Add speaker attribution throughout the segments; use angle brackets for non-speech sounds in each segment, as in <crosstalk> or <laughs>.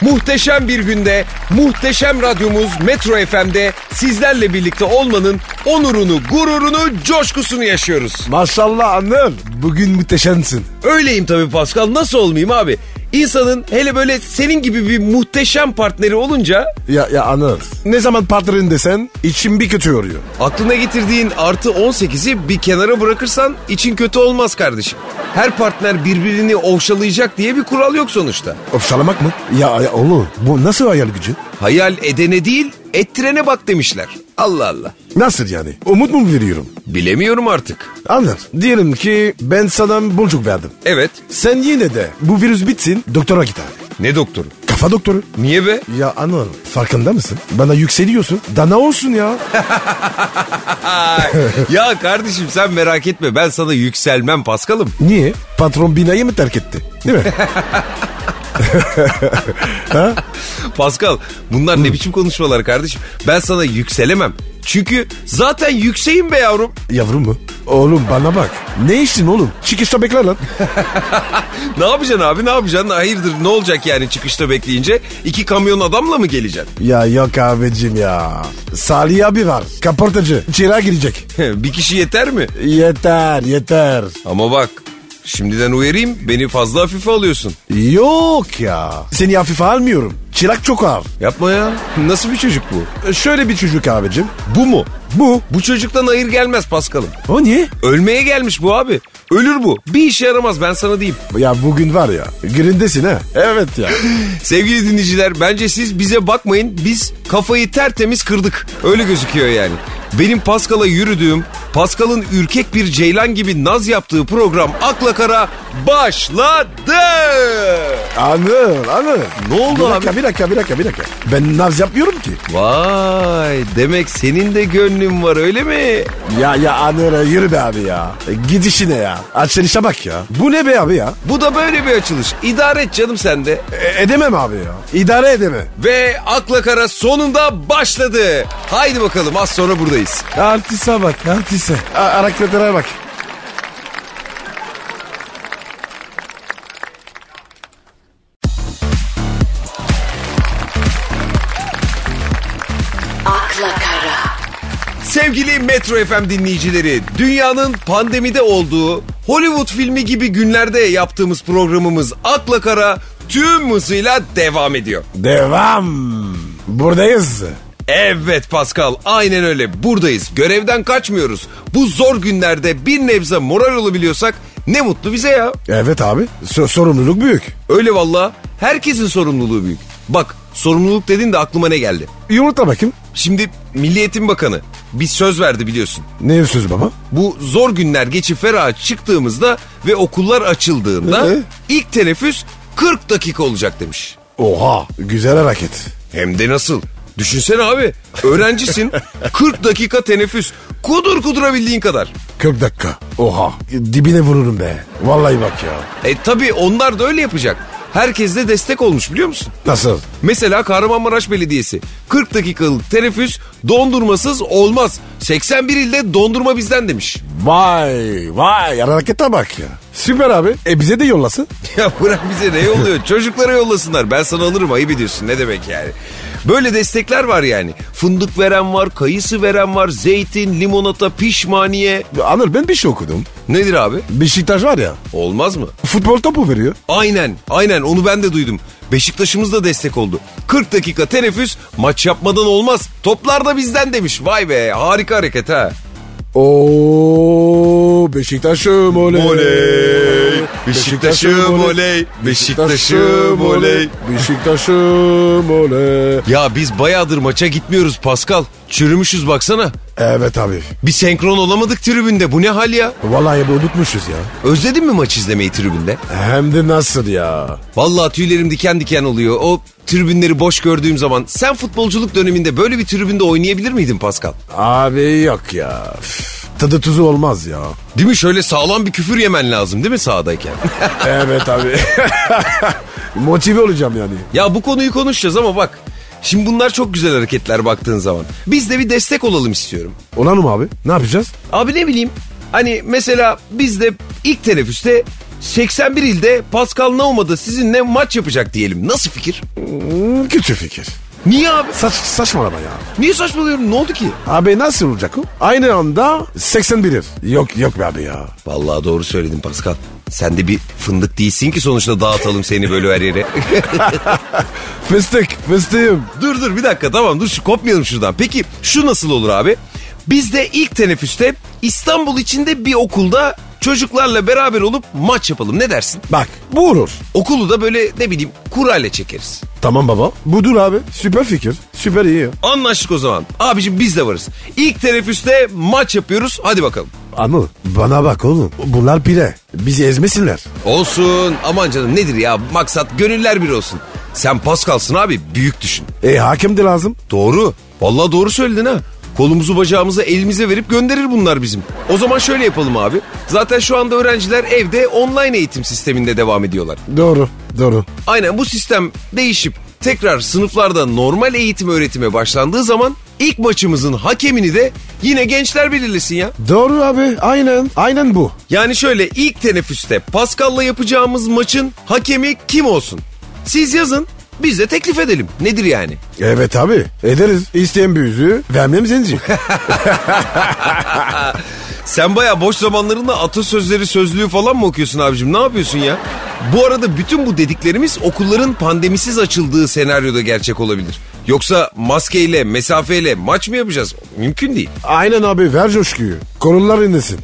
Speaker 1: Muhteşem bir günde muhteşem radyomuz Metro FM'de sizlerle birlikte olmanın onurunu, gururunu, coşkusunu yaşıyoruz.
Speaker 2: Maşallah annem. Bugün muhteşemsin.
Speaker 1: Öyleyim tabii Pascal nasıl olmayayım abi? İnsanın hele böyle senin gibi bir muhteşem partneri olunca
Speaker 2: Ya, ya annem. Ne zaman partnerin desen içim bir kötü yoruyor.
Speaker 1: aklına getirdiğin artı 18'i bir kenara bırakırsan için kötü olmaz kardeşim. Her partner birbirini ovşalayacak diye bir kural yok sonuçta.
Speaker 2: Ofşalamak mı? Ya, ya oğlum bu nasıl hayal gücü?
Speaker 1: Hayal edene değil ettirene bak demişler. Allah Allah.
Speaker 2: Nasıl yani? Umut mu veriyorum?
Speaker 1: Bilemiyorum artık.
Speaker 2: Anlar. Diyelim ki ben sana boncuk verdim.
Speaker 1: Evet.
Speaker 2: Sen yine de bu virüs bitsin doktora git abi.
Speaker 1: Ne doktoru?
Speaker 2: Kafa doktoru.
Speaker 1: Niye be?
Speaker 2: Ya anıl farkında mısın? Bana yükseliyorsun. Dana olsun ya.
Speaker 1: ya kardeşim sen merak etme ben sana yükselmem Paskal'ım.
Speaker 2: Niye? Patron binayı mı terk etti? Değil mi?
Speaker 1: Paskal bunlar ne biçim konuşmalar kardeşim? Ben sana yükselemem. Çünkü zaten yükseğim be yavrum.
Speaker 2: Yavrum mu? Oğlum bana bak. Ne işin oğlum? Çıkışta bekle lan.
Speaker 1: Ne yapacaksın abi ne yapacaksın? Hayırdır ne olacak yani çıkışta bekleyince? iki kamyon adamla mı geleceksin? <laughs>
Speaker 2: ya yok abicim ya. Salih abi var. Kaportacı. Çırağa girecek.
Speaker 1: bir kişi yeter mi?
Speaker 2: Yeter yeter.
Speaker 1: Ama bak şimdiden uyarayım beni fazla hafife alıyorsun.
Speaker 2: Yok ya. Seni hafife almıyorum. Çırak çok ağır.
Speaker 1: Yapma ya. Nasıl bir çocuk bu?
Speaker 2: E, Şöyle bir çocuk abicim.
Speaker 1: Bu mu?
Speaker 2: Bu.
Speaker 1: Bu çocuktan hayır gelmez Paskal'ım.
Speaker 2: O niye?
Speaker 1: Ölmeye gelmiş bu abi. Ölür bu. Bir işe yaramaz ben sana diyeyim.
Speaker 2: Ya bugün var ya. Grindesin ha. Evet
Speaker 1: <laughs>
Speaker 2: ya.
Speaker 1: Sevgili dinleyiciler bence siz bize bakmayın. Biz kafayı tertemiz kırdık. Öyle gözüküyor yani. Benim Paskal'a yürüdüğüm, Paskal'ın ürkek bir ceylan gibi naz yaptığı program Akla Kara başladı.
Speaker 2: Anıl anıl.
Speaker 1: Ne oldu
Speaker 2: bir dakika,
Speaker 1: abi?
Speaker 2: Bir dakika bir dakika bir dakika. Ben naz yapmıyorum ki.
Speaker 1: Vay demek senin de gönlün var öyle mi?
Speaker 2: Ya ya Anıl yürü be abi ya. E, Git işine ya. Açılışa bak ya. Bu ne be abi ya?
Speaker 1: Bu da böyle bir açılış. İdare et canım sen de.
Speaker 2: E, edemem abi ya. İdare edemem.
Speaker 1: Ve Akla Kara sonunda başladı. Haydi bakalım az sonra buradayız.
Speaker 2: Artise bak artise. A- hareketlere bak.
Speaker 3: akla kara,
Speaker 1: Sevgili Metro FM dinleyicileri, dünyanın pandemide olduğu Hollywood filmi gibi günlerde yaptığımız programımız Akla Kara tüm hızıyla devam ediyor.
Speaker 2: Devam. Buradayız.
Speaker 1: Evet Pascal, aynen öyle. Buradayız. Görevden kaçmıyoruz. Bu zor günlerde bir nebze moral olabiliyorsak ne mutlu bize ya.
Speaker 2: Evet abi. so- sorumluluk büyük.
Speaker 1: Öyle valla. Herkesin sorumluluğu büyük. Bak, sorumluluk dedin de aklıma ne geldi?
Speaker 2: Yumurta bakayım.
Speaker 1: Şimdi Milliyetin Bakanı bir söz verdi biliyorsun.
Speaker 2: Ne söz baba?
Speaker 1: Bu zor günler geçip feraha çıktığımızda ve okullar açıldığında
Speaker 2: Ee?
Speaker 1: ilk teneffüs 40 dakika olacak demiş.
Speaker 2: Oha. Güzel hareket.
Speaker 1: Hem de nasıl? Düşünsene abi öğrencisin 40 dakika teneffüs kudur kudurabildiğin kadar.
Speaker 2: 40 dakika. Oha. Dibine vururum be. Vallahi bak ya.
Speaker 1: E tabi onlar da öyle yapacak. Herkes de destek olmuş biliyor musun?
Speaker 2: Nasıl?
Speaker 1: Mesela Kahramanmaraş Belediyesi 40 dakikalık teneffüs dondurmasız olmaz. 81 ilde dondurma bizden demiş.
Speaker 2: Vay vay harekete bak ya. Süper abi. E bize de yollasın.
Speaker 1: <laughs> Ya bırak bize ne yolluyor? Çocuklara yollasınlar. Ben sana alırım ayıp ediyorsun. Ne demek yani? Böyle destekler var yani. Fındık veren var, kayısı veren var, zeytin, limonata, pişmaniye.
Speaker 2: Anır ben bir şey okudum.
Speaker 1: Nedir abi?
Speaker 2: Beşiktaş var ya
Speaker 1: Olmaz mı?
Speaker 2: futbol topu veriyor.
Speaker 1: Aynen, aynen onu ben de duydum. Beşiktaş'ımız da destek oldu. 40 dakika teneffüs, maç yapmadan olmaz. Toplar da bizden demiş. Vay be, harika hareket ha.
Speaker 2: Oo Beşiktaş'ım oley.
Speaker 1: Oley. Beşiktaş'ım oley. Beşiktaş'ım oley.
Speaker 2: Beşiktaş'ım oley.
Speaker 1: Ya biz bayağıdır maça gitmiyoruz Pascal. Çürümüşüz baksana.
Speaker 2: Evet abi.
Speaker 1: Bir senkron olamadık tribünde. Bu ne hal ya?
Speaker 2: Vallahi bu unutmuşuz ya.
Speaker 1: Özledin mi maç izlemeyi tribünde?
Speaker 2: Hem de nasıl ya.
Speaker 1: Vallahi tüylerim diken diken oluyor. O tribünleri boş gördüğüm zaman sen futbolculuk döneminde böyle bir tribünde oynayabilir miydin Pascal?
Speaker 2: Abi yok ya. Üf, Tadı tuzu olmaz ya.
Speaker 1: Değil mi? Şöyle sağlam bir küfür yemen lazım değil mi <laughs> sahadayken?
Speaker 2: Evet abi. <laughs> Motive olacağım yani.
Speaker 1: ya bu konuyu konuşacağız ama bak. Şimdi bunlar çok güzel hareketler baktığın zaman. Biz de bir destek olalım istiyorum.
Speaker 2: Olalım abi. Ne yapacağız?
Speaker 1: Abi ne bileyim hani mesela biz de ilk teneffüste 81 ilde Pascal Nauma'da sizinle maç yapacak diyelim. Nasıl fikir?
Speaker 2: Hmm, Kötü fikir.
Speaker 1: Niye abi?
Speaker 2: Saç, saçmalama ya.
Speaker 1: Niye saçmalıyorum? Ne oldu ki?
Speaker 2: Abi nasıl olacak o? Aynı anda 81 yıl. Yok yok be abi ya.
Speaker 1: Vallahi doğru söyledin Pascal. Sen de bir fındık değilsin ki sonuçta dağıtalım seni böyle her yere. <laughs>
Speaker 2: Fıstık fıstığım.
Speaker 1: dur dur bir dakika tamam dur şu kopmayalım şuradan. Peki şu nasıl olur abi? Biz de ilk teneffüste İstanbul içinde bir okulda çocuklarla beraber olup maç yapalım ne dersin?
Speaker 2: Bak bu olur.
Speaker 1: Okulu da böyle ne bileyim kurayla çekeriz.
Speaker 2: Tamam baba. Budur abi. Süper fikir. Süper iyi.
Speaker 1: Anlaştık o zaman. Abicim biz de varız. İlk teneffüste maç yapıyoruz hadi bakalım.
Speaker 2: Anıl bana bak oğlum. Bunlar bile. Bizi ezmesinler.
Speaker 1: Olsun aman canım nedir ya maksat gönüller bir olsun. Sen pas kalsın abi büyük düşün.
Speaker 2: E hakem de lazım.
Speaker 1: Doğru. Vallahi doğru söyledin ha. Kolumuzu bacağımızı elimize verip gönderir bunlar bizim. O zaman şöyle yapalım abi. Zaten şu anda öğrenciler evde online eğitim sisteminde devam ediyorlar.
Speaker 2: Doğru. Doğru.
Speaker 1: Aynen bu sistem değişip tekrar sınıflarda normal eğitim öğretime başlandığı zaman ilk maçımızın hakemini de yine gençler belirlesin ya.
Speaker 2: Doğru abi. Aynen. Aynen bu.
Speaker 1: Yani şöyle ilk teneffüste Pascal'la yapacağımız maçın hakemi kim olsun? Siz yazın biz de teklif edelim. Nedir yani?
Speaker 2: Evet abi. Ederiz. İsteyen bir yüzü vermem <laughs> zenci.
Speaker 1: Sen baya boş zamanlarında atasözleri sözlüğü falan mı okuyorsun abicim? Ne yapıyorsun ya? Bu arada bütün bu dediklerimiz okulların pandemisiz açıldığı senaryoda gerçek olabilir. Yoksa maskeyle, mesafeyle maç mı yapacağız? Mümkün değil.
Speaker 2: Aynen abi. Ver coşkuyu. Korunlar inlesin.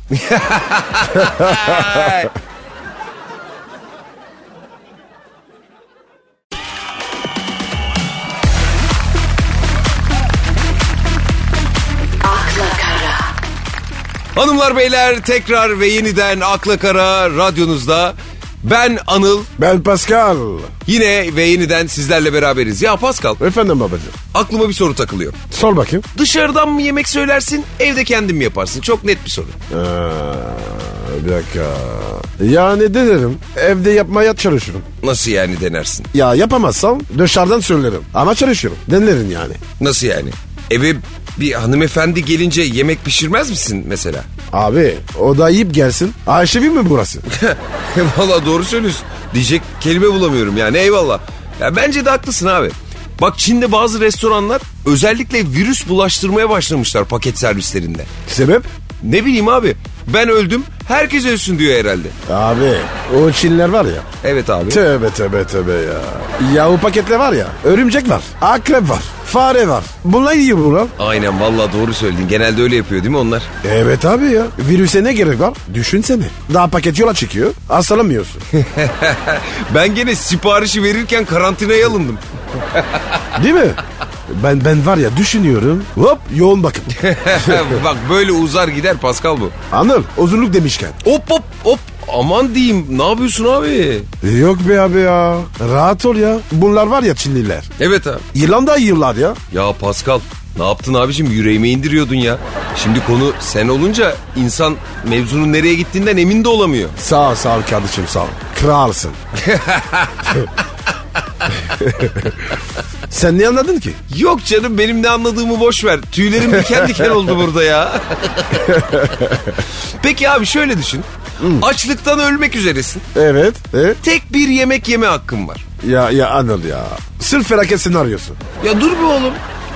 Speaker 1: Hanımlar beyler tekrar ve yeniden Akla Kara radyonuzda ben Anıl
Speaker 2: Ben Pascal.
Speaker 1: yine ve yeniden sizlerle beraberiz. Ya Pascal
Speaker 2: Efendim babacığım.
Speaker 1: aklıma bir soru takılıyor.
Speaker 2: Sor bakayım.
Speaker 1: Dışarıdan mı yemek söylersin evde kendin mi yaparsın? Çok net bir soru.
Speaker 2: Ee, bir dakika. Ya ne derim? Evde yapmaya çalışırım.
Speaker 1: Nasıl yani denersin?
Speaker 2: Ya yapamazsam dışarıdan söylerim. Ama çalışıyorum. Denlerim yani.
Speaker 1: Nasıl yani? Eve bir hanımefendi gelince yemek pişirmez misin mesela? <laughs>
Speaker 2: Abi o da yiyip gelsin. Ayşevi mi burası? <laughs>
Speaker 1: Valla doğru söylüyorsun. Diyecek kelime bulamıyorum yani eyvallah. Ya bence de haklısın abi. Bak Çin'de bazı restoranlar özellikle virüs bulaştırmaya başlamışlar paket servislerinde.
Speaker 2: Sebep?
Speaker 1: Ne bileyim abi ben öldüm herkes ölsün diyor herhalde.
Speaker 2: Abi o Çinler var ya.
Speaker 1: Evet abi.
Speaker 2: Tövbe tövbe tövbe ya. Ya o paketler var ya. Örümcek var. Akrep var. Fare var. Bunlar yiyor bunlar.
Speaker 1: Aynen valla doğru söyledin. Genelde öyle yapıyor değil mi onlar? <laughs>
Speaker 2: Evet abi ya. Virüse ne gerek var? Düşünsene. Daha paket yola çıkıyor. Hastalanmıyorsun.
Speaker 1: ben gene siparişi verirken karantinaya alındım. <laughs>
Speaker 2: Değil mi? Ben ben var ya düşünüyorum. Hop yoğun bakım.
Speaker 1: Bak böyle uzar gider Pascal bu.
Speaker 2: Anıl uzunluk demişken.
Speaker 1: Hop hop hop. Aman diyeyim ne yapıyorsun abi?
Speaker 2: Yok be abi ya. Rahat ol ya. Bunlar var ya Çinliler.
Speaker 1: Evet abi.
Speaker 2: Yılan da yiyorlar ya.
Speaker 1: Ya Pascal ne yaptın abicim yüreğime indiriyordun ya. Şimdi konu sen olunca insan mevzunun nereye gittiğinden emin de olamıyor.
Speaker 2: Sağ ol sağ ol kardeşim sağ ol. <laughs> Kralsın. Sen ne anladın ki?
Speaker 1: Yok canım benim ne anladığımı boş ver. Tüylerim diken diken oldu burada ya. Peki abi şöyle düşün. Açlıktan ölmek üzeresin.
Speaker 2: Evet. e?
Speaker 1: Tek bir yemek yeme hakkın var.
Speaker 2: Ya ya Anıl ya. Sırf felaket senaryosu.
Speaker 1: Ya dur be oğlum.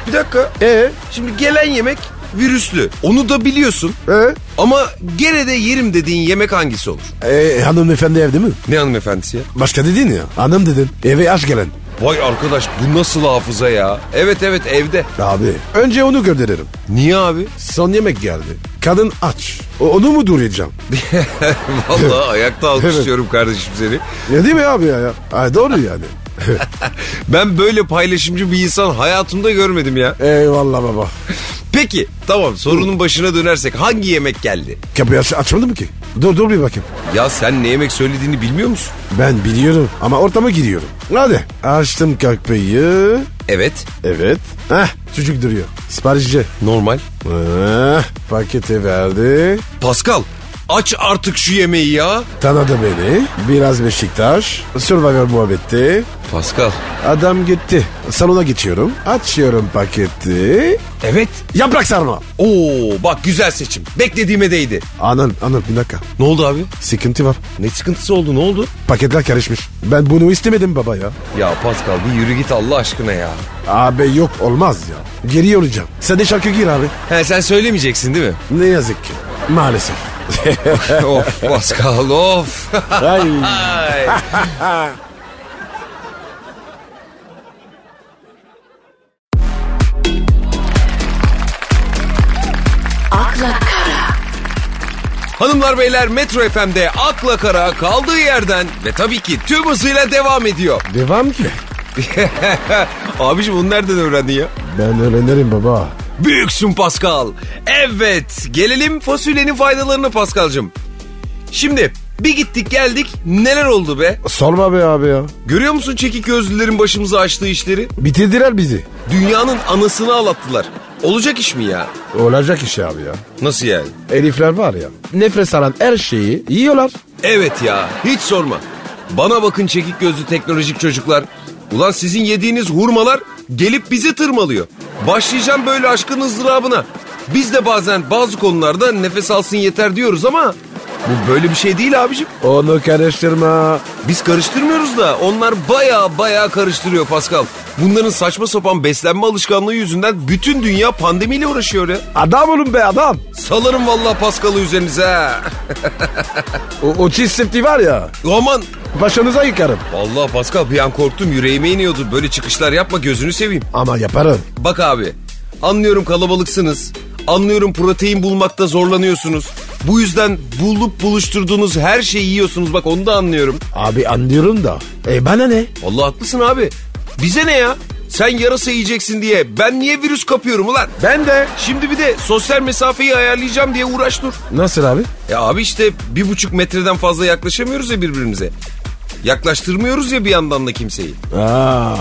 Speaker 1: Bir dakika.
Speaker 2: E
Speaker 1: Şimdi gelen yemek virüslü. Onu da biliyorsun.
Speaker 2: e
Speaker 1: Ama gene de yerim dediğin yemek hangisi olur?
Speaker 2: e hanımefendi evde mi?
Speaker 1: Ne hanımefendisi ya?
Speaker 2: Başka dedin ya. Hanım dedin. Eve aç gelen.
Speaker 1: Vay arkadaş bu nasıl hafıza ya? Evet evet evde.
Speaker 2: Abi önce onu gönderirim.
Speaker 1: Niye abi?
Speaker 2: Son yemek geldi. Kadın aç. O, onu mu duracağım?
Speaker 1: <laughs> Vallahi ayakta alkışlıyorum kardeşim seni.
Speaker 2: Ya değil mi abi ya? ya? Ay, doğru yani.
Speaker 1: Ben böyle paylaşımcı bir insan hayatımda görmedim ya.
Speaker 2: Eyvallah baba.
Speaker 1: Peki tamam sorunun başına dönersek hangi yemek geldi?
Speaker 2: Kapıyı aç, açmadı mı ki? Dur dur bir bakayım.
Speaker 1: Ya sen ne yemek söylediğini bilmiyor musun?
Speaker 2: Ben biliyorum ama ortama gidiyorum. Hadi. Açtım kapıyı.
Speaker 1: Evet
Speaker 2: Evet. Heh çocuk duruyor. Siparişçi.
Speaker 1: normal.
Speaker 2: Heh, paketi verdi.
Speaker 1: Pascal Aç artık şu yemeği ya.
Speaker 2: Tanıdı beni. Biraz Beşiktaş. Survivor muhabbeti.
Speaker 1: Pascal.
Speaker 2: Adam gitti. Salona geçiyorum. Açıyorum paketi.
Speaker 1: Evet.
Speaker 2: Yaprak sarma.
Speaker 1: Oo bak güzel seçim. Beklediğime değdi.
Speaker 2: Anam anam bir dakika.
Speaker 1: Ne oldu abi?
Speaker 2: Sıkıntı var.
Speaker 1: Ne sıkıntısı oldu ne oldu?
Speaker 2: Paketler karışmış. Ben bunu istemedim baba ya.
Speaker 1: Ya Pascal bir yürü git Allah aşkına ya.
Speaker 2: Abi yok olmaz ya. Geri yollayacağım. Sen de şarkı gir abi.
Speaker 1: He sen söylemeyeceksin değil mi?
Speaker 2: Ne yazık ki. Maalesef.
Speaker 1: of Pascal of.
Speaker 2: Ay.
Speaker 1: Ay. Hanımlar beyler Metro FM'de akla kara kaldığı yerden ve tabii ki tüm hızıyla devam ediyor. <laughs>
Speaker 2: Devam ki.
Speaker 1: Abiciğim bunu nereden öğrendin ya?
Speaker 2: Ben öğrenirim baba.
Speaker 1: Büyüksün Pascal. Evet gelelim fasulyenin faydalarına Pascal'cığım. Şimdi bir gittik geldik neler oldu be?
Speaker 2: Sorma be abi ya.
Speaker 1: Görüyor musun çekik gözlülerin başımıza açtığı işleri?
Speaker 2: Bitirdiler bizi.
Speaker 1: Dünyanın anasını ağlattılar. Olacak iş mi ya?
Speaker 2: Olacak iş abi ya.
Speaker 1: Nasıl yani?
Speaker 2: Elifler var ya. Nefes alan her şeyi yiyorlar.
Speaker 1: Evet ya hiç sorma. Bana bakın çekik gözlü teknolojik çocuklar. Ulan sizin yediğiniz hurmalar gelip bizi tırmalıyor. Başlayacağım böyle aşkın ızdırabına. Biz de bazen bazı konularda nefes alsın yeter diyoruz ama bu böyle bir şey değil abicim.
Speaker 2: Onu karıştırma.
Speaker 1: Biz karıştırmıyoruz da onlar baya baya karıştırıyor Pascal. Bunların saçma sapan beslenme alışkanlığı yüzünden bütün dünya pandemiyle uğraşıyor ya.
Speaker 2: Adam olun be adam.
Speaker 1: Salarım vallahi Pascal'ı üzerinize. ha.
Speaker 2: O, o çiz sifti var ya.
Speaker 1: Aman
Speaker 2: Başınıza yıkarım.
Speaker 1: Vallahi Pascal bir an korktum yüreğime iniyordu. Böyle çıkışlar yapma gözünü seveyim.
Speaker 2: Ama yaparım.
Speaker 1: Bak abi anlıyorum kalabalıksınız. Anlıyorum protein bulmakta zorlanıyorsunuz. Bu yüzden bulup buluşturduğunuz her şeyi yiyorsunuz. Bak onu da anlıyorum.
Speaker 2: Abi anlıyorum da. E bana ne?
Speaker 1: Vallahi haklısın abi. Bize ne ya? Sen yarasa yiyeceksin diye ben niye virüs kapıyorum ulan?
Speaker 2: Ben de.
Speaker 1: Şimdi bir de sosyal mesafeyi ayarlayacağım diye uğraş dur.
Speaker 2: Nasıl abi?
Speaker 1: Ya abi işte bir buçuk metreden fazla yaklaşamıyoruz ya birbirimize. Yaklaştırmıyoruz ya bir yandan da kimseyi.
Speaker 2: Aa,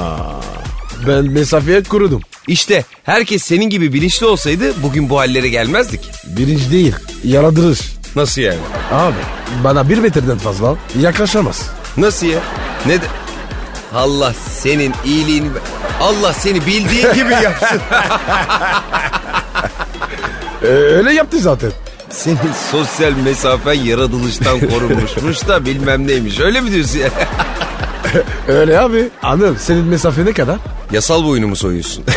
Speaker 2: ben mesafeye kurudum.
Speaker 1: İşte herkes senin gibi bilinçli olsaydı bugün bu hallere gelmezdik.
Speaker 2: Birinci değil. Yaradırır.
Speaker 1: Nasıl yani?
Speaker 2: Abi bana bir metreden fazla yaklaşamaz.
Speaker 1: Nasıl ya? Ne de- Allah senin iyiliğini... Allah seni bildiğin gibi yapsın.
Speaker 2: E, öyle yaptı zaten.
Speaker 1: <laughs> senin sosyal mesafen yaratılıştan korunmuşmuş da bilmem neymiş. Öyle mi diyorsun ya?
Speaker 2: Öyle abi. Anıl senin mesafe ne kadar?
Speaker 1: Yasal boyunu mu soyuyorsun? <laughs>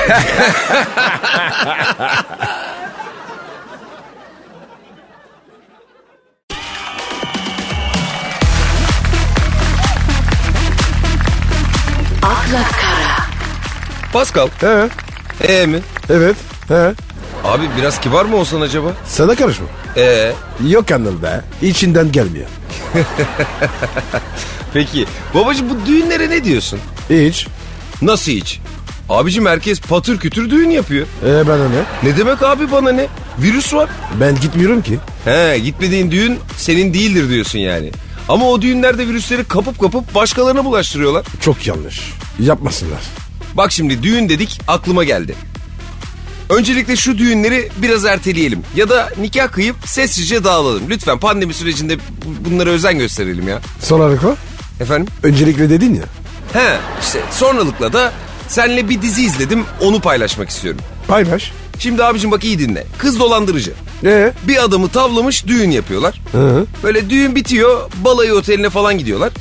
Speaker 1: Pascal.
Speaker 2: He.
Speaker 1: Ee mi?
Speaker 2: Evet. He.
Speaker 1: Abi biraz kibar mı olsan acaba?
Speaker 2: Sana karışma.
Speaker 1: Ee.
Speaker 2: Yok Anıl be. İçinden gelmiyor.
Speaker 1: Peki. Babacım bu düğünlere ne diyorsun?
Speaker 2: Hiç.
Speaker 1: Nasıl hiç? Abicim herkes patır kütür düğün yapıyor.
Speaker 2: E bana ne?
Speaker 1: Ne demek abi bana ne? Virüs var.
Speaker 2: Ben gitmiyorum ki.
Speaker 1: He gitmediğin düğün senin değildir diyorsun yani. Ama o düğünlerde virüsleri kapıp kapıp başkalarına bulaştırıyorlar.
Speaker 2: Çok yanlış. Yapmasınlar.
Speaker 1: Bak şimdi düğün dedik aklıma geldi. Öncelikle şu düğünleri biraz erteleyelim. Ya da nikah kıyıp sessizce dağılalım. Lütfen pandemi sürecinde bu- bunlara özen gösterelim ya.
Speaker 2: Son harika.
Speaker 1: Efendim?
Speaker 2: Öncelikle dedin ya.
Speaker 1: He işte sonralıkla da senle bir dizi izledim onu paylaşmak istiyorum.
Speaker 2: Paylaş.
Speaker 1: Şimdi abicim bak iyi dinle. Kız dolandırıcı.
Speaker 2: E
Speaker 1: Bir adamı tavlamış düğün yapıyorlar. Böyle düğün bitiyor balayı oteline falan gidiyorlar.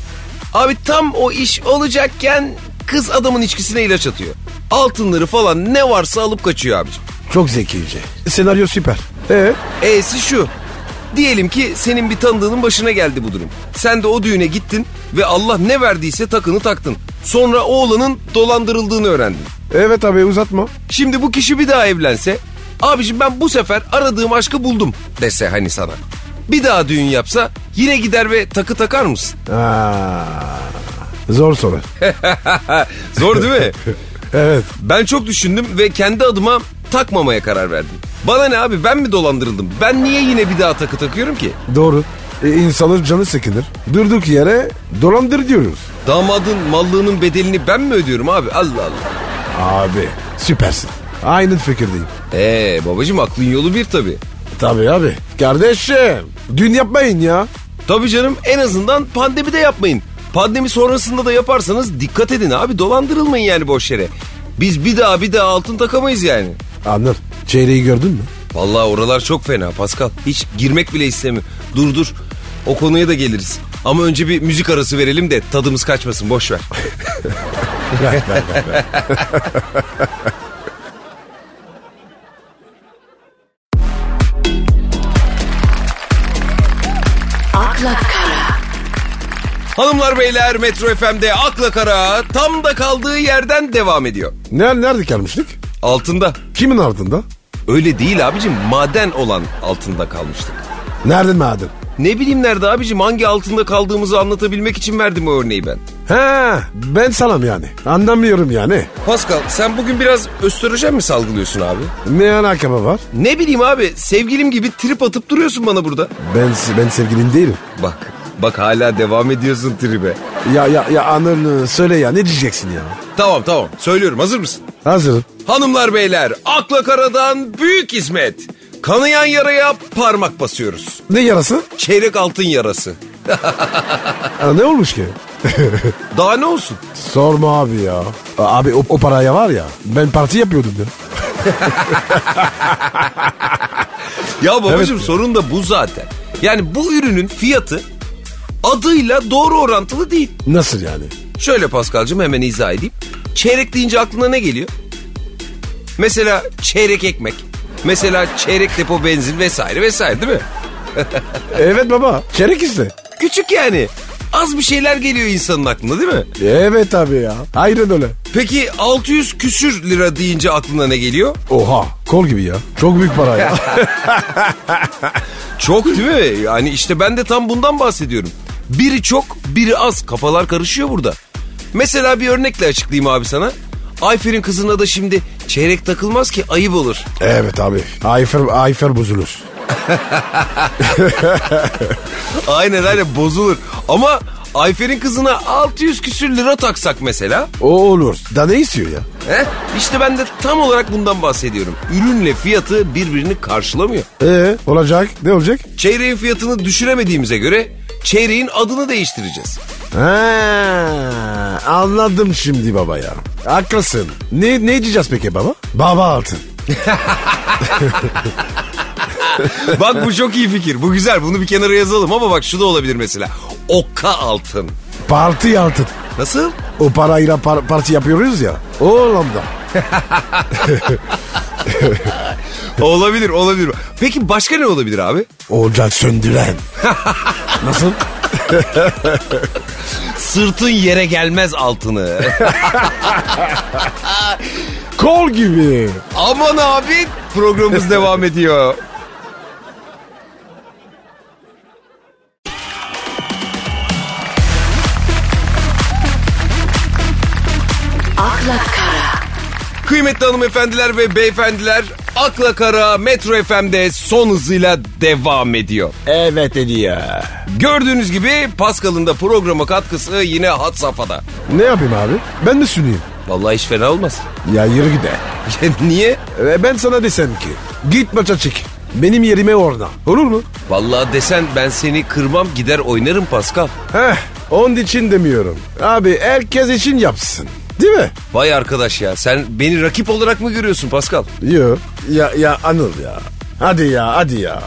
Speaker 1: Abi tam o iş olacakken kız adamın içkisine ilaç atıyor. Altınları falan ne varsa alıp kaçıyor abicim.
Speaker 2: Çok zekice. Senaryo süper. E
Speaker 1: E'si şu. Diyelim ki senin bir tanıdığının başına geldi bu durum. Sen de o düğüne gittin ve Allah ne verdiyse takını taktın. Sonra oğlanın dolandırıldığını öğrendin.
Speaker 2: Evet abi uzatma.
Speaker 1: Şimdi bu kişi bir daha evlense, abicim ben bu sefer aradığım aşkı buldum dese hani sana. Bir daha düğün yapsa yine gider ve takı takar mısın?
Speaker 2: Aa, zor soru.
Speaker 1: Zor değil mi?
Speaker 2: Evet.
Speaker 1: ben çok düşündüm ve kendi adıma takmamaya karar verdim. Bana ne abi ben mi dolandırıldım? Ben niye yine bir daha takı takıyorum ki?
Speaker 2: Doğru. E, insanın canı sıkılır. Durduk yere dolandır diyoruz.
Speaker 1: Damadın mallığının bedelini ben mi ödüyorum abi? Allah Allah.
Speaker 2: Abi süpersin. Aynı fikirdeyim.
Speaker 1: Ee babacım aklın yolu bir tabii.
Speaker 2: Tabii abi. Kardeşim dün yapmayın ya.
Speaker 1: Tabii canım en azından pandemide yapmayın. Pandemi sonrasında da yaparsanız dikkat edin abi dolandırılmayın yani boş yere. Biz bir daha bir daha altın takamayız yani.
Speaker 2: Anıl çeyreği gördün mü?
Speaker 1: Vallahi oralar çok fena Pascal. Hiç girmek bile istemiyorum. Dur dur. O konuya da geliriz. Ama önce bir müzik arası verelim de tadımız kaçmasın boş ver.
Speaker 3: akla kara,
Speaker 1: Hanımlar beyler Metro FM'de akla kara tam da kaldığı yerden devam ediyor.
Speaker 2: Ne, nerede kalmıştık?
Speaker 1: Altında.
Speaker 2: Kimin ardında?
Speaker 1: Öyle değil abicim maden olan altında kalmıştık.
Speaker 2: Nerede maden?
Speaker 1: Ne bileyim nerede abicim hangi altında kaldığımızı anlatabilmek için verdim o örneği ben.
Speaker 2: He ben salam yani. Anlamıyorum yani.
Speaker 1: Pascal sen bugün biraz östrojen mi salgılıyorsun abi?
Speaker 2: Ne alakası var?
Speaker 1: Ne bileyim abi sevgilim gibi trip atıp duruyorsun bana burada.
Speaker 2: Ben ben sevgilin değilim.
Speaker 1: Bak bak hala devam ediyorsun tribe.
Speaker 2: Ya ya ya Anıl söyle ya ne diyeceksin ya?
Speaker 1: Tamam tamam söylüyorum hazır mısın?
Speaker 2: Hazırım.
Speaker 1: Hanımlar beyler akla karadan büyük hizmet. Kanayan yaraya parmak basıyoruz.
Speaker 2: Ne yarası?
Speaker 1: Çeyrek altın yarası.
Speaker 2: Ha, ne olmuş ki?
Speaker 1: Daha ne olsun?
Speaker 2: Sorma abi ya. A- Abi o, o paraya var ya ben parti yapıyordum ya.
Speaker 1: Ya babacım
Speaker 2: Evet.
Speaker 1: sorun da bu zaten. Yani bu ürünün fiyatı adıyla doğru orantılı değil.
Speaker 2: Nasıl yani?
Speaker 1: Şöyle Paskal'cığım hemen izah edeyim. Çeyrek deyince aklına ne geliyor? Mesela çeyrek ekmek. Mesela çeyrek depo benzin vesaire vesaire değil mi?
Speaker 2: Evet baba çeyrek işte.
Speaker 1: Küçük yani. Az bir şeyler geliyor insanın aklına değil mi?
Speaker 2: Evet abi ya. Aynen öyle.
Speaker 1: Peki 600 küsür lira deyince aklına ne geliyor?
Speaker 2: Oha kol gibi ya. Çok büyük para ya.
Speaker 1: Çok değil mi? Yani işte ben de tam bundan bahsediyorum. Biri çok, biri az. Kafalar karışıyor burada. Mesela bir örnekle açıklayayım abi sana. Ayfer'in kızına da şimdi çeyrek takılmaz ki ayıp olur.
Speaker 2: evet abi. Ayfer, Ayfer bozulur.
Speaker 1: Aynen aynen bozulur. Ama Ayfer'in kızına 600 küsür lira taksak mesela.
Speaker 2: O olur. Da ne istiyor ya?
Speaker 1: He? İşte ben de tam olarak bundan bahsediyorum. Ürünle fiyatı birbirini karşılamıyor.
Speaker 2: Ee olacak. Ne olacak?
Speaker 1: Çeyreğin fiyatını düşüremediğimize göre çeyreğin adını <laughs> değiştireceğiz.
Speaker 2: Ha, anladım şimdi baba ya. Haklısın. Ne, ne diyeceğiz peki baba? Baba altın.
Speaker 1: bak bu çok iyi fikir. Bu güzel. Bunu bir kenara yazalım ama bak şu da olabilir mesela. Okka altın.
Speaker 2: Parti altın.
Speaker 1: <laughs> Nasıl?
Speaker 2: O parayla par- parti yapıyoruz ya. O anlamda.
Speaker 1: olabilir olabilir. Peki başka ne olabilir abi?
Speaker 2: Olacak söndüren. Nasıl?
Speaker 1: Sırtın yere gelmez altını.
Speaker 2: Kol gibi.
Speaker 1: Aman abi programımız devam ediyor.
Speaker 3: akla kara,
Speaker 1: Kıymetli hanımefendiler ve beyefendiler Akla Kara Metro FM'de son hızıyla devam ediyor.
Speaker 2: Evet ediyor.
Speaker 1: Gördüğünüz gibi Pascal'ın da programa katkısı yine hat safhada.
Speaker 2: Ne yapayım abi? Ben mi sunayım?
Speaker 1: Vallahi hiç fena olmaz. <laughs>
Speaker 2: Ya yürü gide.
Speaker 1: Ya Niye?
Speaker 2: Ee, ben sana desem ki git maça çık. Benim yerime orada. Olur mu?
Speaker 1: Vallahi desen ben seni kırmam gider oynarım Pascal.
Speaker 2: Heh, onun için demiyorum. Abi herkes için yapsın. Değil mi?
Speaker 1: Vay arkadaş ya sen beni rakip olarak mı görüyorsun Pascal? <laughs>
Speaker 2: Yo. Ya, ya Anıl ya. Hadi ya hadi ya.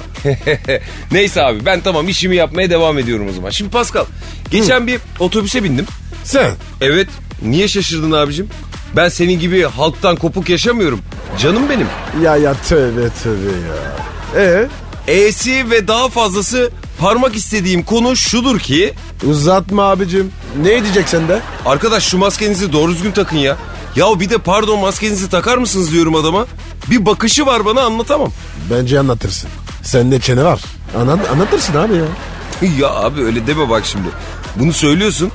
Speaker 1: Neyse abi ben tamam işimi yapmaya devam ediyorum o zaman. Şimdi Pascal geçen bir otobüse bindim.
Speaker 2: Sen
Speaker 1: Evet niye şaşırdın abicim? Ben senin gibi halktan kopuk yaşamıyorum. Canım benim.
Speaker 2: ya ya tövbe tövbe ya. E
Speaker 1: E'si ve daha fazlası parmak istediğim konu şudur ki...
Speaker 2: uzatma abicim. Ne diyeceksin de?
Speaker 1: Arkadaş şu maskenizi doğru düzgün takın ya. Ya bir de pardon maskenizi takar mısınız diyorum adama. Bir bakışı var bana anlatamam.
Speaker 2: Bence anlatırsın. Sende çene var. Anlat, anlatırsın abi ya.
Speaker 1: ya abi öyle deme bak şimdi. Bunu söylüyorsun.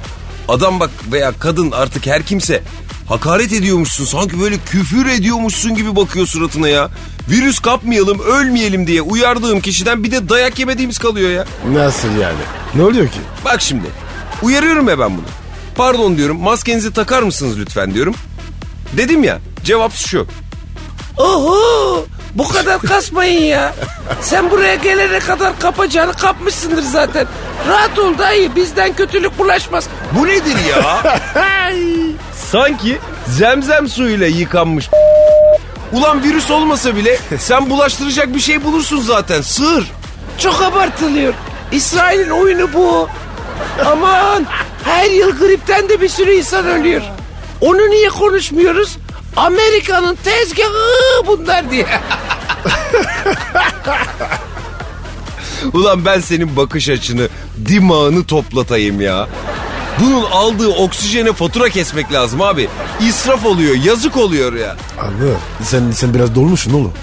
Speaker 1: Adam bak veya kadın artık her kimse hakaret ediyormuşsun. Sanki böyle küfür ediyormuşsun gibi bakıyor suratına ya. Virüs kapmayalım ölmeyelim diye uyardığım kişiden bir de dayak yemediğimiz kalıyor ya.
Speaker 2: Nasıl yani? Ne oluyor ki?
Speaker 1: Bak şimdi. Uyarıyorum ya ben bunu. Pardon diyorum. Maskenizi takar mısınız lütfen diyorum. Dedim ya. Cevap şu. Oho!
Speaker 4: Bu kadar kasmayın ya. Sen buraya gelene kadar kapacağını kapmışsındır zaten. Rahat ol dayı bizden kötülük bulaşmaz.
Speaker 1: Bu nedir
Speaker 4: <laughs>
Speaker 1: ya? Sanki zemzem suyuyla yıkanmış. Ulan virüs olmasa bile sen bulaştıracak bir şey bulursun zaten. Sığır.
Speaker 4: Çok abartılıyor. İsrail'in oyunu bu. Aman her yıl gripten de bir sürü insan ölüyor. Onu niye konuşmuyoruz? Amerika'nın tezgahı bunlar diye.
Speaker 1: <laughs> Ulan ben senin bakış açını, dimağını toplatayım ya. Bunun aldığı oksijene fatura kesmek lazım abi. İsraf oluyor, yazık oluyor ya.
Speaker 2: Abi sen, sen biraz dolmuşsun oğlum.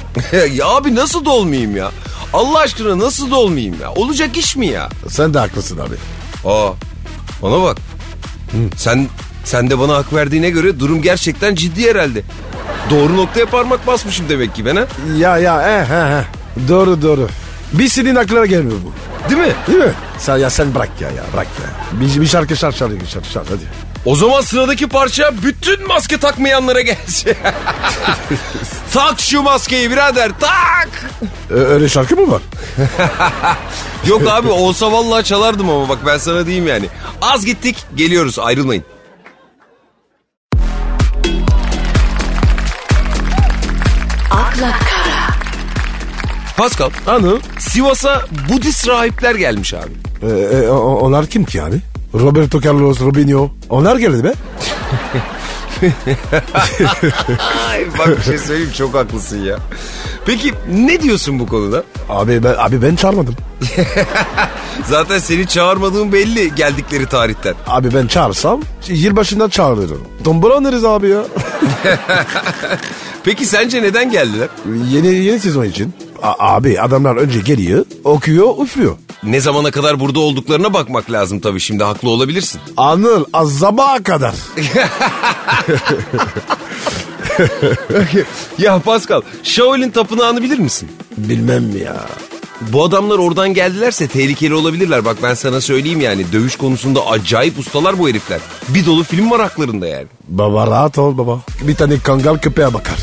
Speaker 1: ya abi nasıl dolmayayım ya? Allah aşkına nasıl dolmayayım ya? Olacak iş mi ya?
Speaker 2: Sen de haklısın abi.
Speaker 1: Aa, bana bak. Sen sen de bana hak verdiğine göre durum gerçekten ciddi herhalde. Doğru noktaya parmak basmışım demek ki ben ha?
Speaker 2: Ya ya he he he. Doğru doğru. Bir senin aklına gelmiyor bu.
Speaker 1: Değil mi?
Speaker 2: Değil mi? Sen, ya sen bırak ya ya bırak ya. Bir, bir şarkı şarkı şarkı şarkı şarkı hadi.
Speaker 1: O zaman sıradaki parça bütün maske takmayanlara <laughs> gelsin. tak şu maskeyi birader tak.
Speaker 2: Ö- öyle şarkı mı var?
Speaker 1: Yok abi olsa vallahi çalardım ama bak ben sana diyeyim yani. Az gittik geliyoruz ayrılmayın.
Speaker 3: akla kara,
Speaker 1: Pascal
Speaker 2: Anı.
Speaker 1: Sivas'a Budist rahipler gelmiş abi.
Speaker 2: Ee, e, o- o- onlar kim ki yani? Roberto Carlos, Robinho. Onlar geldi be.
Speaker 1: Ay <laughs> bak bir şey söyleyeyim çok haklısın ya. Peki ne diyorsun bu konuda?
Speaker 2: Abi ben, abi ben çağırmadım.
Speaker 1: Zaten seni çağırmadığım belli geldikleri tarihten.
Speaker 2: Abi ben çağırsam yılbaşından çağırırım. Tombala oynarız abi ya. <laughs>
Speaker 1: Peki sence neden geldiler?
Speaker 2: yeni yeni sezon için. A- abi adamlar önce geliyor, okuyor, üflüyor.
Speaker 1: Ne zamana kadar burada olduklarına bakmak lazım tabii şimdi haklı olabilirsin.
Speaker 2: Anıl az sabaha kadar. <laughs>
Speaker 1: <laughs> Ya Pascal, Shaolin tapınağını bilir misin?
Speaker 2: Bilmem mi ya.
Speaker 1: Bu adamlar oradan geldilerse tehlikeli olabilirler. Bak ben sana söyleyeyim yani dövüş konusunda acayip ustalar bu herifler. Bir dolu film var haklarında yani.
Speaker 2: Baba rahat ol baba. Bir tane kangal köpeğe bakar.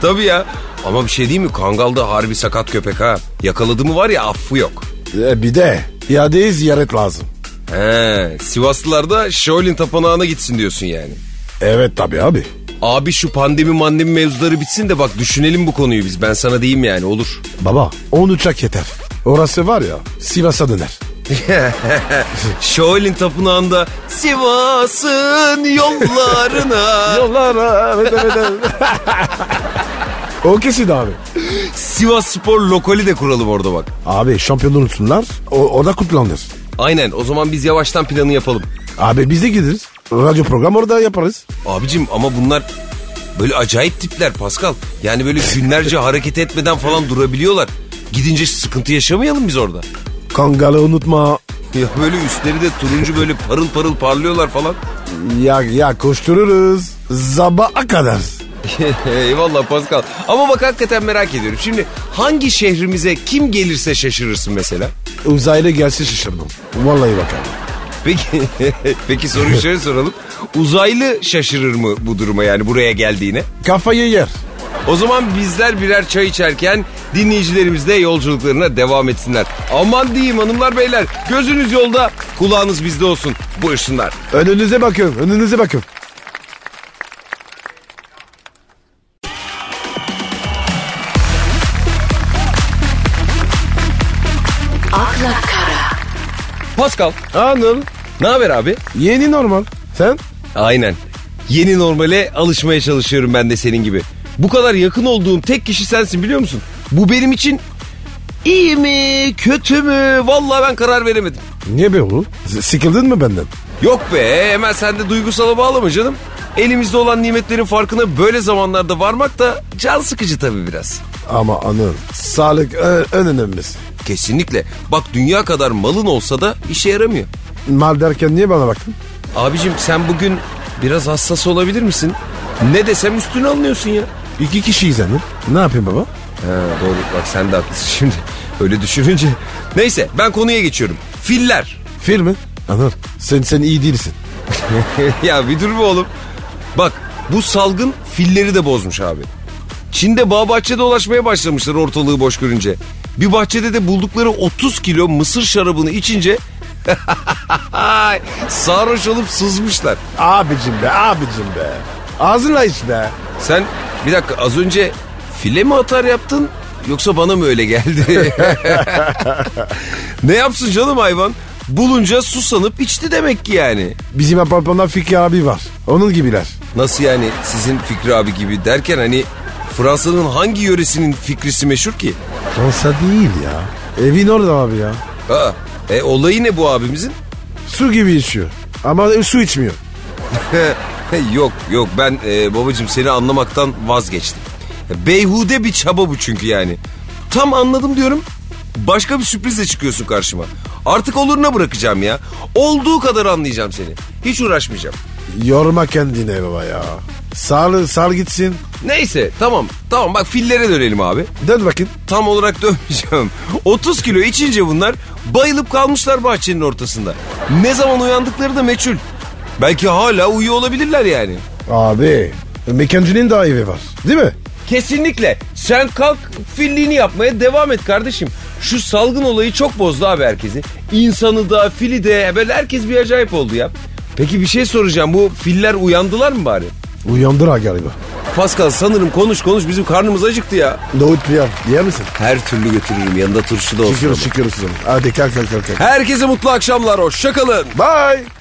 Speaker 1: Tabii ya. Ama bir şey değil mi? Kangal'da harbi sakat köpek ha. Yakaladı mı var ya affı yok.
Speaker 2: E, bir de iadeyi ziyaret lazım.
Speaker 1: He, Sivaslılar da Shaolin tapınağına gitsin diyorsun yani.
Speaker 2: Evet tabii abi.
Speaker 1: Abi şu pandemi mandemi mevzuları bitsin de bak düşünelim bu konuyu biz. Ben sana diyeyim yani olur.
Speaker 2: Baba 10 uçak yeter. Orası var ya Sivas'a döner.
Speaker 1: Shaolin tapınağında Sivas'ın yollarına
Speaker 2: Yollar evet evet evet. <laughs> o kesin abi.
Speaker 1: Sivas Spor lokali de kuralım orada bak.
Speaker 2: Abi şampiyon olsunlar o, orada kutlanır.
Speaker 1: Aynen o zaman biz yavaştan planı yapalım.
Speaker 2: Abi biz de gideriz. Radyo programı orada yaparız.
Speaker 1: Abicim ama bunlar böyle acayip tipler Pascal. Yani böyle <laughs> günlerce hareket etmeden falan durabiliyorlar. Gidince sıkıntı yaşamayalım biz orada.
Speaker 2: Kangalı unutma.
Speaker 1: Ya böyle üstleri de turuncu böyle parıl parıl parlıyorlar falan.
Speaker 2: Ya ya koştururuz. Sabaha kadar.
Speaker 1: <laughs> Eyvallah Pascal. Ama bak hakikaten merak ediyorum. Şimdi hangi şehrimize kim gelirse şaşırırsın mesela?
Speaker 2: Uzaylı gelse şaşırdım. Vallahi bak abi.
Speaker 1: Peki, <laughs> peki soruyu şöyle soralım. Uzaylı şaşırır mı bu duruma yani buraya geldiğine?
Speaker 2: Kafayı yer.
Speaker 1: O zaman bizler birer çay içerken dinleyicilerimiz de yolculuklarına devam etsinler. Aman diyeyim hanımlar beyler gözünüz yolda kulağınız bizde olsun. Buyursunlar.
Speaker 2: Önünüze bakın. Önünüze bakın.
Speaker 3: akla kara,
Speaker 1: Pascal
Speaker 2: Anıl.
Speaker 1: ne haber abi?
Speaker 2: Yeni normal. Sen?
Speaker 1: Aynen. Yeni normale alışmaya çalışıyorum ben de senin gibi. Bu kadar yakın olduğum tek kişi sensin biliyor musun? Bu benim için iyi mi kötü mü vallahi ben karar veremedim.
Speaker 2: Niye be oğlum? S- Sıkıldın mı benden?
Speaker 1: Yok be hemen sen de duygusala bağlama canım. Elimizde olan nimetlerin farkına böyle zamanlarda varmak da can sıkıcı tabii biraz.
Speaker 2: Ama Anıl. Sağlık ö- en önemlisi.
Speaker 1: Kesinlikle. Bak dünya kadar malın olsa da işe yaramıyor.
Speaker 2: Mal derken niye bana baktın?
Speaker 1: Abicim sen bugün biraz hassas olabilir misin? Ne desem üstüne alınıyorsun ya.
Speaker 2: İki kişiyiz Anıl. Ne yapayım baba?
Speaker 1: He, doğru bak sen de haklısın <laughs> şimdi. Öyle düşününce. Neyse ben konuya geçiyorum. Filler. <laughs>
Speaker 2: Fil mi? Anıl. Sen, sen iyi değilsin.
Speaker 1: ya bir dur be oğlum. Bak bu salgın filleri de bozmuş abi. Çin'de bağ bahçe dolaşmaya başlamışlar ortalığı boş görünce. Bir bahçede de buldukları 30 kilo mısır şarabını içince <laughs> sarhoş olup sızmışlar.
Speaker 2: Abicim be abicim be. Ağzınla iç be.
Speaker 1: Sen bir dakika az önce file mi atar yaptın yoksa bana mı öyle geldi? <laughs> ne yapsın canım hayvan? Bulunca susanıp içti demek ki yani.
Speaker 2: Bizim apartmanda Fikri abi var. Onun gibiler.
Speaker 1: Nasıl yani sizin Fikri abi gibi derken hani Fransa'nın hangi yöresinin fikrisi meşhur ki?
Speaker 2: Fransa değil ya. Evin orada abi ya.
Speaker 1: Aa, e, olayı ne bu abimizin?
Speaker 2: Su gibi içiyor. Ama su içmiyor.
Speaker 1: yok yok ben e, babacığım seni anlamaktan vazgeçtim. Beyhude bir çaba bu çünkü yani. Tam anladım diyorum. Başka bir sürprizle çıkıyorsun karşıma. Artık oluruna bırakacağım ya. Olduğu kadar anlayacağım seni. Hiç uğraşmayacağım.
Speaker 2: Yorma kendine baba ya. Sal, sal gitsin.
Speaker 1: Neyse tamam tamam bak fillere dönelim abi.
Speaker 2: Dön bakayım.
Speaker 1: Tam olarak <laughs> dönmeyeceğim. 30 kilo içince bunlar bayılıp kalmışlar bahçenin ortasında. Ne zaman uyandıkları da meçhul. Belki hala uyuyor olabilirler yani.
Speaker 2: Abi mekancının daha evi var. Değil mi?
Speaker 1: Kesinlikle. Sen kalk filliğini yapmaya devam et kardeşim. Şu salgın olayı çok bozdu abi herkesi. İnsanı da fili de e, böyle herkes bir acayip oldu ya. Peki bir şey soracağım bu filler uyandılar mı bari?
Speaker 2: Uyandır ha galiba.
Speaker 1: Pascal sanırım konuş konuş bizim karnımız acıktı ya.
Speaker 2: Davut Piyav yer misin?
Speaker 1: Her türlü götürürüm yanında turşu da olsun.
Speaker 2: Çıkıyoruz çıkıyoruz. Hadi kalk kalk kalk. kalk.
Speaker 1: Herkese mutlu akşamlar hoşçakalın.
Speaker 2: Bye.